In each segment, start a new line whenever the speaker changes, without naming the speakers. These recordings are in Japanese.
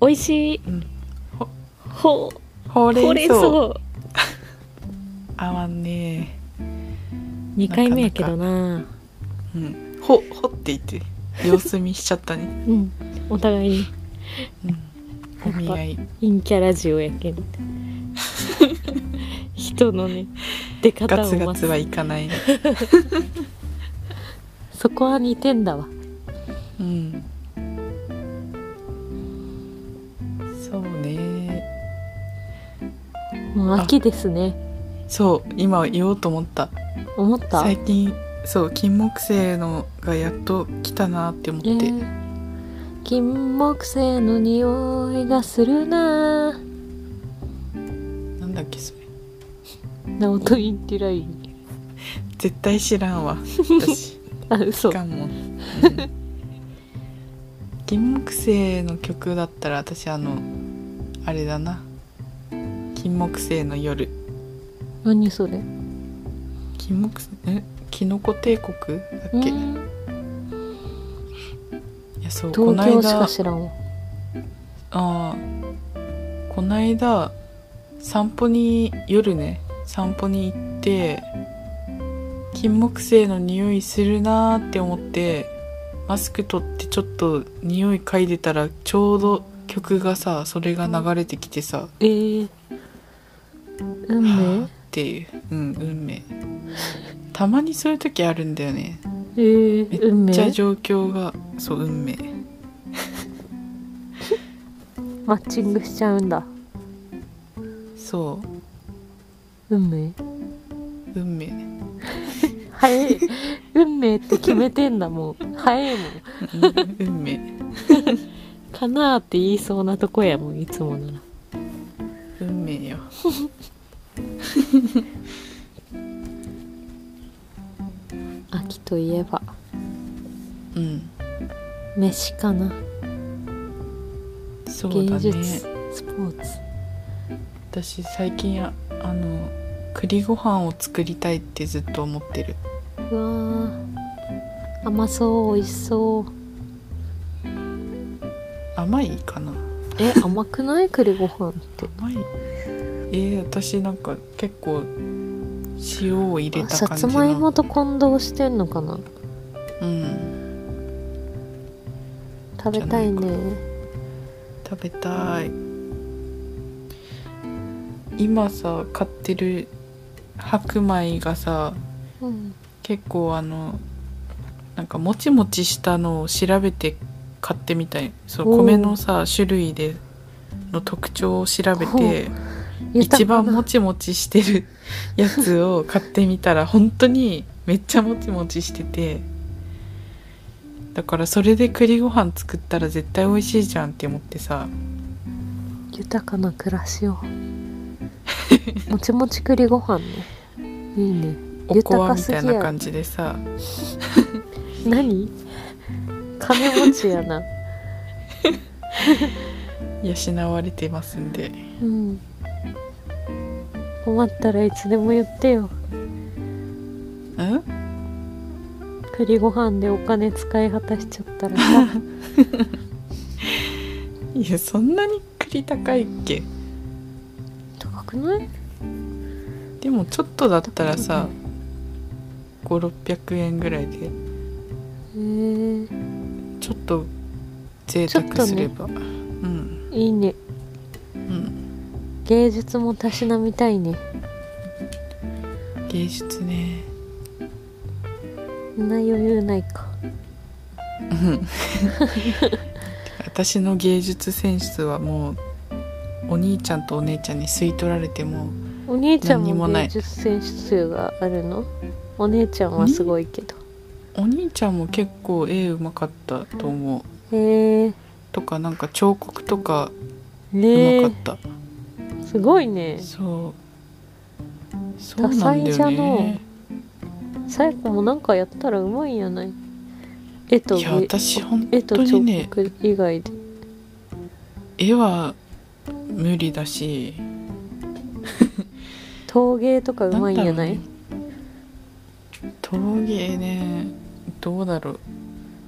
美味しい
うん
ほ
ほう
うほうれ
れ
ん
ん草
草
合わんね
2回目やけどな
えうんほほって言って様子見しちゃったね
うんお互いに
お見合い
陰キャラジオやけ ん人のね出方
ガ
を
ツ
ま
ガツはいかないね
そこは似てんだわ
うんそうね
もう秋ですね
そう今言おうと思った
思った
最近そう金木犀のがやっと来たなって思って、
えー金木犀の匂いがするな
なんだっけそれ
ナオトインティライン
絶対知ら んわ私
あ嘘
かも、うん、金木犀の曲だったら私あのあれだな金木犀の夜
何それ
金木犀えキノコ帝国だっけ、
う
い
ん
やそうこ
東
ない
京しか
だ
知らんわ
ああこないだ散歩に夜ね散歩に行って金木犀の匂いするなーって思ってマスク取ってちょっと匂い嗅いでたらちょうど曲がさそれが流れてきてさ
えー、運
はあ
命
っていううん運命たまにそういう時あるんだよね
えー、運
めっちゃ
命
状況がそう運命
マッチングしちゃうんだ
そ
運命
う運命
早い 運命って決めてんだもう早いもん
うん運命
かなーって言いそうなとこやもんいつもなら
運命よ
秋といえば
うん
飯かな、
そうだ
芸
ね
術スポーツ
私最近ああの栗ご飯を作りたいってずっと思ってる
うわー甘そう美味しそう
甘いかな
え甘くない栗ご飯って
甘いえー、私なんか結構塩を入れ
あ
た
さ
感じ
つ
の
まいもと混同してんのかな
うん
食べたいね
食べたい今さ買ってる白米がさ
うん
結構あのなんかもちもちしたのを調べて買ってみたいそう
おー
米のさ種類での特徴を調べ
ほ
て
う豊
一
か
番
な
もちもちして るやつを買ってみたら本当にめっちゃもちもちしててだからそれで栗ご飯作ったら絶対美味しいじゃんって思ってさ
豊かな暮らしを もちもち栗ご飯ねいいね
おこ
豊
わ
か
み
す
たい
ぎ
な
や
感じでさ
何金持ちやな
養われてますんで
うん困ったらいつでも言ってよ
うん
栗ご飯でお金使い果たしちゃったらさ
いやそんなに栗高いっけ
高くない
でもちょっとだったらさ5600円ぐらいで
へえー、
ちょっと贅
ちょ
沢
っと
す
ね
れば、うん
いいね
うん
芸術もたしなみたいね
芸術ね
そんな余裕ないか
うん私の芸術センスはもうお兄ちゃんとお姉ちゃんに吸い取られても
お兄ちゃん
何に
も
もない
芸術選手があるのお姉ちゃんはすごいけど
お兄ちゃんも結構絵うまかったと思う
へえ
とかなんか彫刻とか
ね
う
え
まかった、
すごいね
そうそうなんだ
多才じゃ
よ
の
ね
うさやこもなんかやったらうまいんやない絵と
いや
げ
私本
絵と
当
彫
にね
刻以外で
絵は無理だし
陶芸とかうまいんやない
んだろうね陶芸ねどうだろう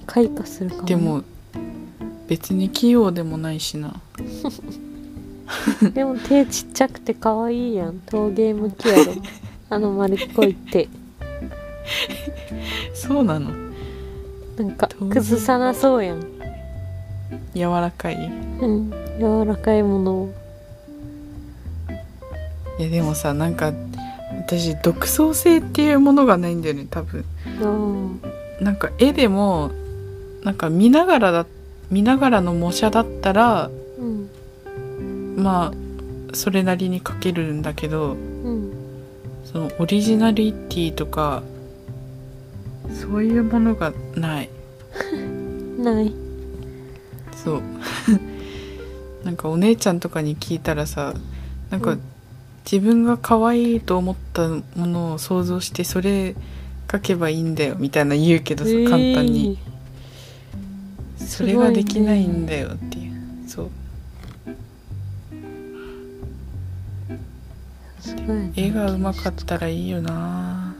開花するかも
でも別に器用でもないしな
でも手ちっちゃくて可愛いやん陶芸向き やろあの丸っこい手
そうなの
なんか
陶芸
崩さなそうやん、
柔らかい
うん、柔らかいものを
いやでもさなんか私独創性っていうものがないんだよね多分
あー
なんか絵でもなんか見ながらだ見ながらの模写だったら
うん
まあそれなりに描けるんだけど
うん
そのオリジナリティとかそういうものがない
ない
そう なんかお姉ちゃんとかに聞いたらさなん
う
か
ん
自分が可愛いと思ったものを想像してそれ描けばいいんだよみたいな言うけどさ簡単に、それができないんだよっていうそう
えーすごいね
絵がうまかったらいいよな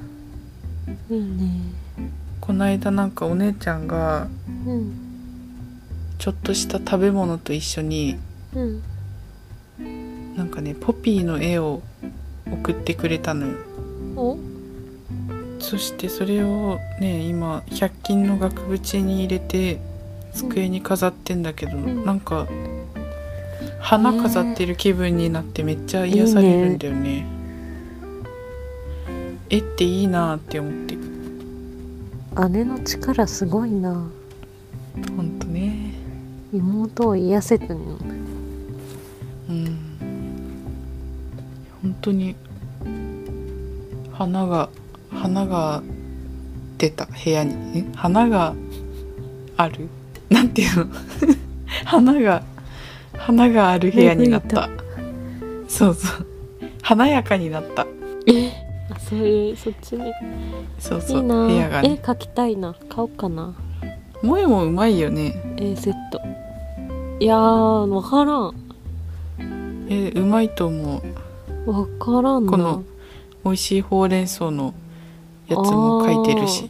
い
いね
こないだなんかお姉ちゃんが
うん
ちょっとした食べ物と一緒に
うん
なんかねポピーの絵を送ってくれたのよ
お
そしてそれをね今100均の額縁に入れて机に飾ってんだけど、
ん
なんか花飾ってる気分になってめっちゃ癒されるんだよね絵っていいなって思って
姉の力すごいな
ほんとね
妹を癒せてんの
うん本当に花が花が出た部屋にえ花があるなんていうの 花が花がある部屋になったそうそう華やかになった
あそういうそっちに
そうそ
いういな
部屋が
絵
ね
描きたいな買おうかな
萌えもうまいよね
絵セットいやーわからん
えうまいと思う
わからんな
この美味しいほうれん草のやつも書いてるし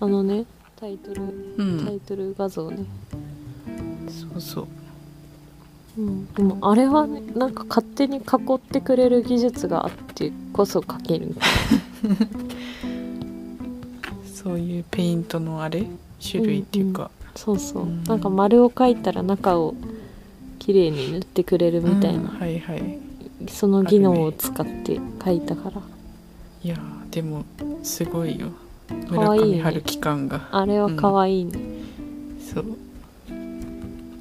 あのねタイトル
う
タイ
ん
トル画像ね、
そうそう
うん、でもあれはねなんか勝手に囲ってくれる技術があってこそ描ける
そういうペイントのあれ種類っていうか、
そうそう、
うん
なんか丸を描いたら中を綺麗に塗ってくれるみたい
うん
な、
はいはい
その技能を使って描いたから
いやーでもすごいよ
かわ
村
いいね
上春樹感が
あれは可愛いね、
そう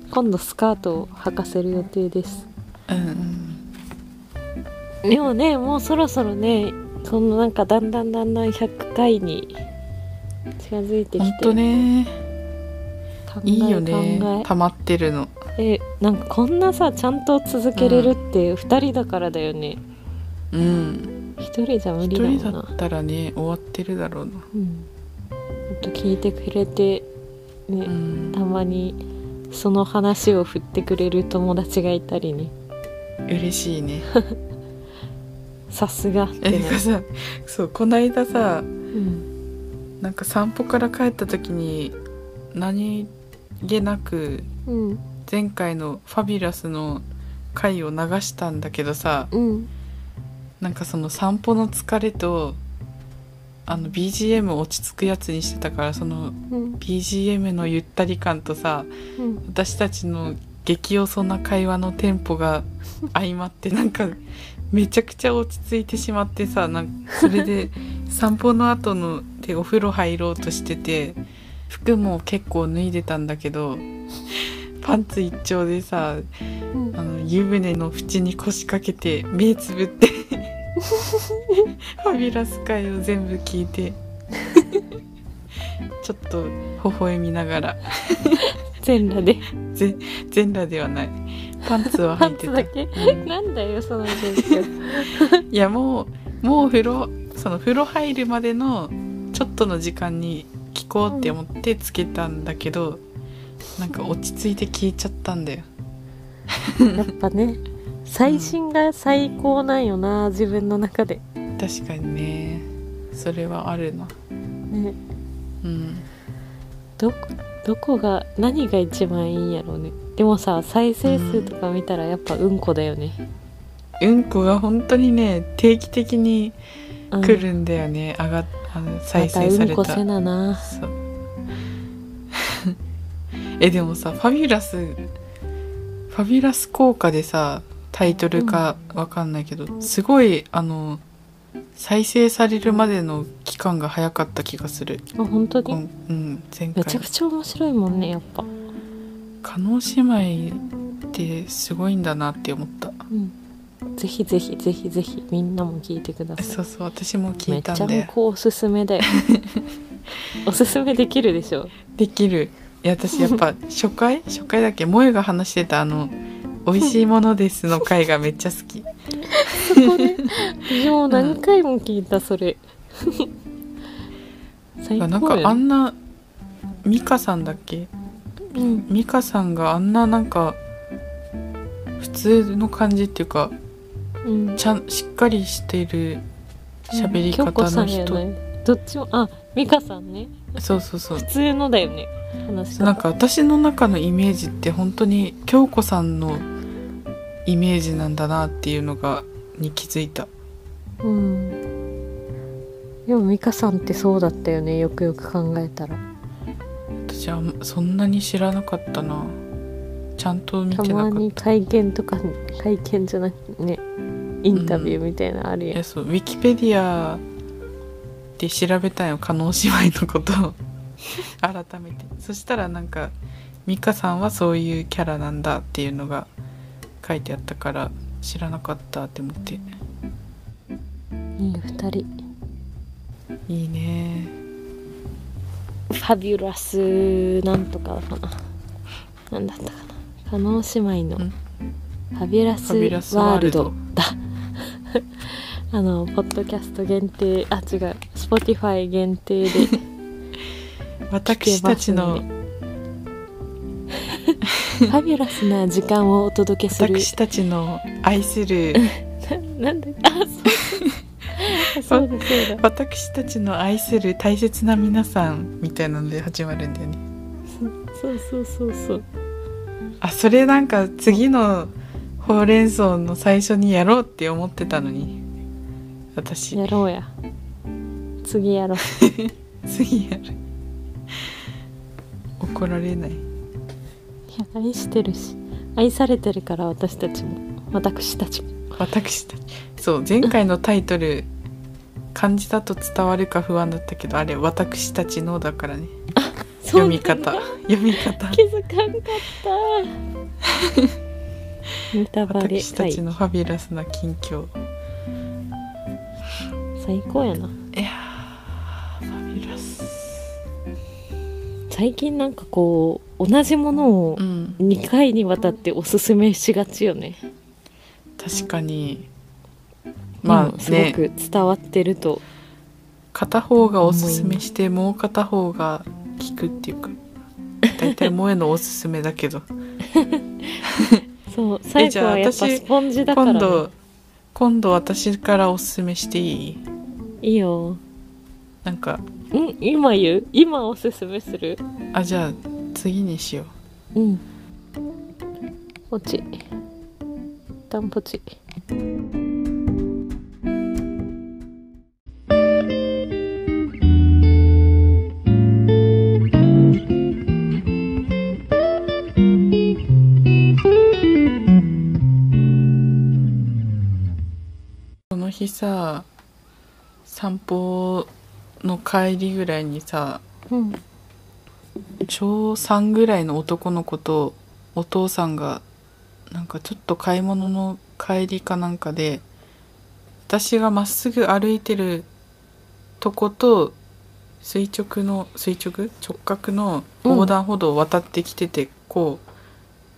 今度スカートを履かせる予定です
うん
でもねもうそろそろねそのなんかだんだんだんだん100回に近づいてき
ほ
て
んとね
考え
いいよね
考
溜まってるの
ええなんかこんなさちゃんと続けれるって2人だからだよね、
うん
1人じゃ無
一
理だ
人
もん
だ
な
ったらね終わってるだろうな
うんほんと聞いてくれてね、
うん
たまにその話を振ってくれる友達がいたりね
嬉しいね
さすがって
え
な
かさそうこないださ
うん
なんか散歩から帰った時に何気なく
うん
前回の「ファビュラス」の回を流したんだけどさ、
うん
なんかその散歩の疲れとあの BGM 落ち着くやつにしてたからその
うん
BGM のゆったり感とさ
うん
私たちの激遅な会話のテンポが相まってなんかめちゃくちゃ落ち着いてしまってさなんかそれで散歩の後のでお風呂入ろうとしてて服も結構脱いでたんだけどパンツ一丁でさ
うん
あの湯船の縁に腰掛けて目つぶってファビュラス会を全部聞いてちょっと微笑みながら
全裸で
ぜ全裸ではないパンツは
パ
履い
ン
て
ツ
た
だけ、
うん
なんだよその状況
いやもうもう風呂その風呂入るまでのちょっとの時間に聞こうって思ってつけたんだけど、なんか落ち着いて聞いちゃったんだよ
やっぱね最新が最高なんよな自分の中で
確かにねそれはあるな
ね
うん
どどこが何が一番いいんやろうねでもさ再生数とか見たらやっぱうんこだよね、
うんこが本当にね定期的に
うん、
来るんだよね、上がっあの再生さ
ま
れ
たうん
た
こせなな
そう えでもさ「ファビュラス」「ファビュラス効果」でさタイトルかわかんないけど、すごいあの再生されるまでの期間が早かった気がする、
あ本当
こ
に
んうん、前
めちゃ
回
くちゃ面白いもんねやっぱ
叶姉妹ってすごいんだなって思った
うんぜひぜひぜひぜひみんなも聞いてください
そうそう私も聞
め
い
ったち
ん
ゃ
で
向こうおすすめだ よおすすめできるでしょ
できるいや私やっ ぱ初回初回だっけ萌えが話してたあの「美味しいものです」の回がめっちゃ好き
私もう何回も聞いたそれ最高
な
よ
んかあんな美香さんだっけ
うん
美香さんがあんななんか普通の感じっていうか
うん
ちゃんしっかりしてる喋り
京子
方
さ
の
んや
人、
ねどっちもあ美香さんね
そうそうそう
普通のだよね話し
なん
方
か私の中のイメージって本当に京子さんのイメージなんだなっていうのがに気づいた
うんでも美香さんってそうだったよねよくよく考えたら
私はそんなに知らなかったなちゃんと見
た
て
ま
なかった
に会見とかに会見じゃなくてねインタビューみたいなのある
い
やん、
やそうウィキペディアで調べたんよ加納姉妹のことを 改めてそしたらなんか美香さんはそういうキャラなんだっていうのが書いてあったから知らなかったって思って
いい2人
いいね
ファビュラスなんとかかななんだったかな加納姉妹の
うん
ファビュラ
ファビュラ
ス
スワ
ワ
ー
ー
ル
ル
ド
ドだあのポッドキャスト限定あ違う Spotify 限定 で
私たちの、
聞けますんでファビュラスな時間をお届けする
私たちの愛 する
ななんだあ そうそうだそうだ
私たちの愛する大切な皆さんみたいなので始まるんだよね
そうそうそうそう
あそれなんか次のほうれん草の最初にやろうって思ってたのに私
やろうや次やろう
次やる怒られない
いや愛してるし愛されてるから私たちも私たちも
私たちそう前回のタイトル漢字だと伝わるか不安だったけどあれ「私たちの」だからね読み方読み方
気づかんかった ネタバレ
私た
会
ちのファビュラスな近況
最高やない
やーファビュラス
最近なんかこう同じものを
うん
2回にわたっておすすめしがちよね
確かにまあね、
うんすごく伝わってると
片方がおすすめしてもう片方が聞くっていうか大体萌えのおすすめだけど
そう最後はやっぱ
じゃあ私
スポンジ だから、ね、
今度今度私からおすすめしていい
いいよ
なんか
うん今言う今おすすめする
あじゃあ次にしよ
うんポチダンポチ
うその日さ散歩の帰りぐらいにさ
うん
小3ぐらいの男の子とお父さんがなんかちょっと買い物の帰りかなんかで私がまっすぐ歩いてるとこと垂直の垂直直角の横断歩道を渡ってきてて、こう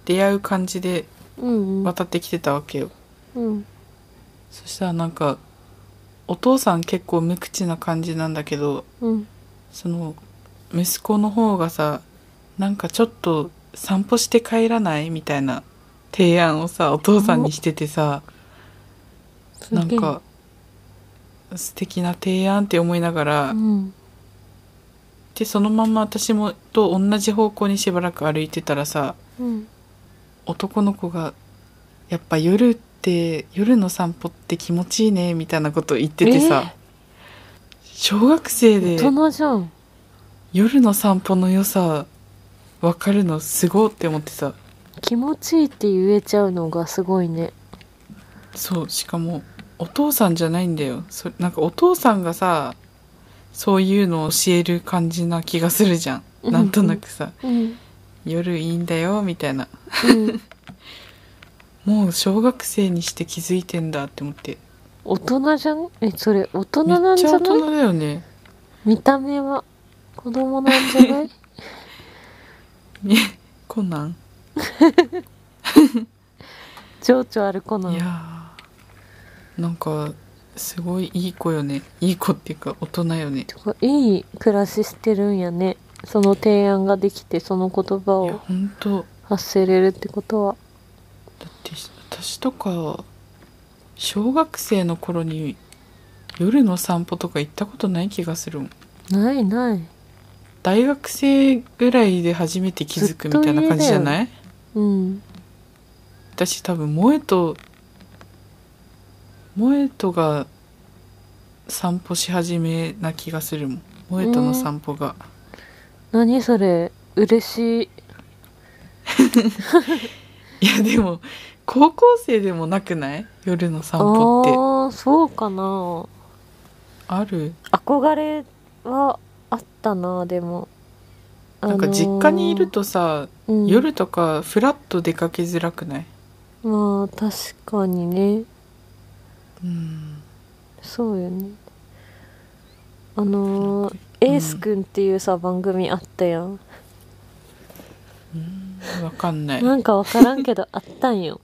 出会う感じで
うんうん
渡ってきてたわけよ、
うん
そしたらなんかお父さん結構無口な感じなんだけど
うん
その息子の方がさなんかちょっと散歩して帰らないみたいな提案をさお父さんにしててさ
すげえ
なんか素敵な提案って思いながら、
うん
でそのまんま私もと同じ方向にしばらく歩いてたらさ
うん
男の子が「やっぱ夜って夜の散歩って気持ちいいね」みたいなこと言っててさ、小学生
大
で
人じゃん
夜の散歩の良さ分かるのすごいって思ってさ
気持ちいいって言えちゃうのがすごいね
そうしかもお父さんじゃないんだよそなんかお父さんがさそういうのを教える感じな気がするじゃ
うん
んなんとなくさ
うん
夜いいんだよみたいな
うん
もう小学生にして気づいてんだって思って
大人じゃんえそれ大人
め
な
っ
んじ
ちゃ
ゃ
大
ない
人だよね
見た目は子供なんじゃ ない
コナン
情緒ある子ないの
やーなんかすごいいい子よねいい子っていうか大人よね
てかいい暮らししてるんやねその提案ができてその言葉
いや
を
ほんと
発せれるってことは
だって私とか小学生の頃に夜の散歩とか行ったことない気がするもん
ないない
大学生ぐらいで初めて気づくみたいな感じじゃない
うん
私多分萌えと萌えとが散歩し始めな気がするもん萌えとの散歩が、
何それ嬉しい
いやでも高校生でもなくない夜の散歩って
ああそうかな
ある
憧れはあったなでも
なんか実家にいる、とさ、
あのーうん
夜とかフラッと出かけづらくない
まあ確かにね
うん
そうよねあのーエースくんっていうさ番組あったやん
わかんない、
なんかわからんけ どあったんよ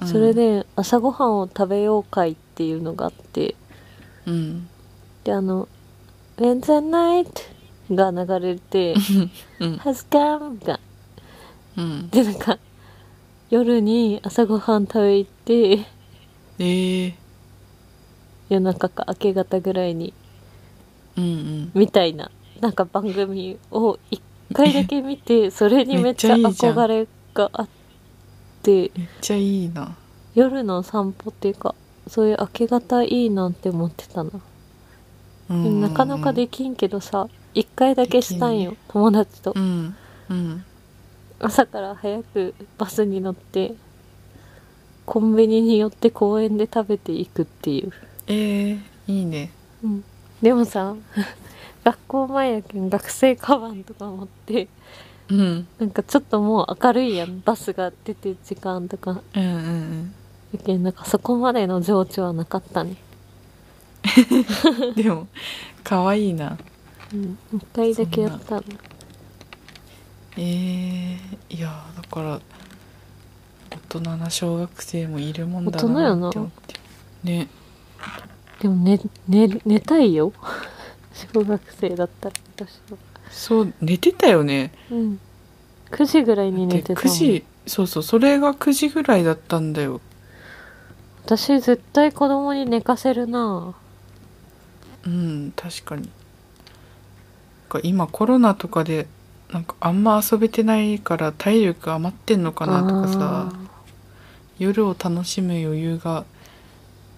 うん
それで朝ごはんを食べよう会っていうのがあって
うん
であの「When the night」が流れ て「
うん
has come」が
うん
でなんか夜に朝ごはん食べ行って
えー、
夜中か明け方ぐらいに
うんうん
みたいななんか番組を一回だけ見 てそれにめっちゃ
めっちゃいいじゃん
憧れがあって
めっちゃいいな
夜の散歩っていうかそういう明け方いいなって思ってたな、
うん
で
うん
も
うん
なかなかできんけどさ一回だけしたんよ
で
友達と
うんうん
朝から早くバスに乗ってコンビニに寄って公園で食べていくっていう
えー、いいね
うんでもさ 学校前やけん学生カバンとか持って
うん
なんかちょっともう明るいやんバスが出て時間とか
うんうんうん
やけんなんかそこまでの情緒はなかったね、
でも可愛いな
うん、一回だけやったの
えー、いやーだから大人な小学生もいるもんだなって思ってね
でも寝寝寝たいよ 小学生だったら私は
そう寝てたよね
うん9時ぐらいに寝
で
てた
9
もん
時そうそうそれが9時ぐらいだったんだよ
私絶対子供に寝かせるな
うん確かになんか今コロナとかでなんかあんま遊べてないから体力余ってんのかなとかさ
あ
夜を楽しむ余裕が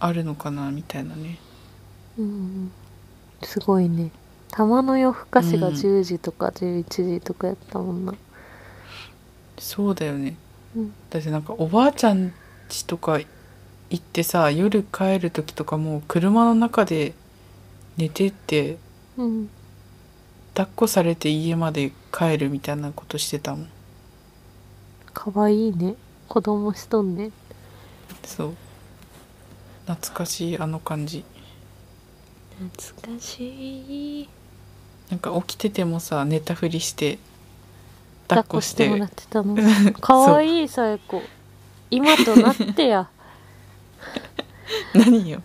あるのかなみたいなね
ーうんうんすごいね玉の夜更かしが10時とか11時とかやったもんな、
そうだよね、
うん
だってなんかおばあちゃん家とか行ってさ夜帰る時とかもう車の中で寝てって
うん、
抱っこされて家まで帰るみたいなことしてたもん
かわいいね子供しとんね
そう懐かしいあの感じ
懐かしい
なんか起きててもさ寝たふりして
抱
抱っ
っ
こ
こ
し
しててもらってたの かわいいさえこ今となってや
何よ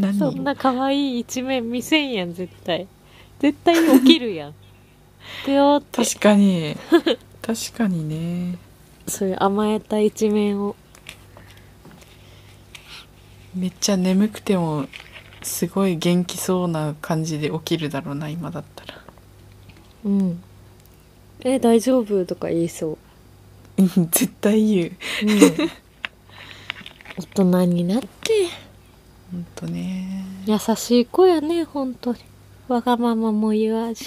何
そ
よ
んなかわいい一面見せんやん絶対絶対に起きるや んくよーって
確かに確かにね
そういう甘えた一面を
めっちゃ眠くてもすごい元気そうな感じで起きるだろうな今だったら
うんえ大丈夫とか言いそう、
うん絶対言う
うん、大人になって
ほんとね
優しい子やね本当にわがままも言わず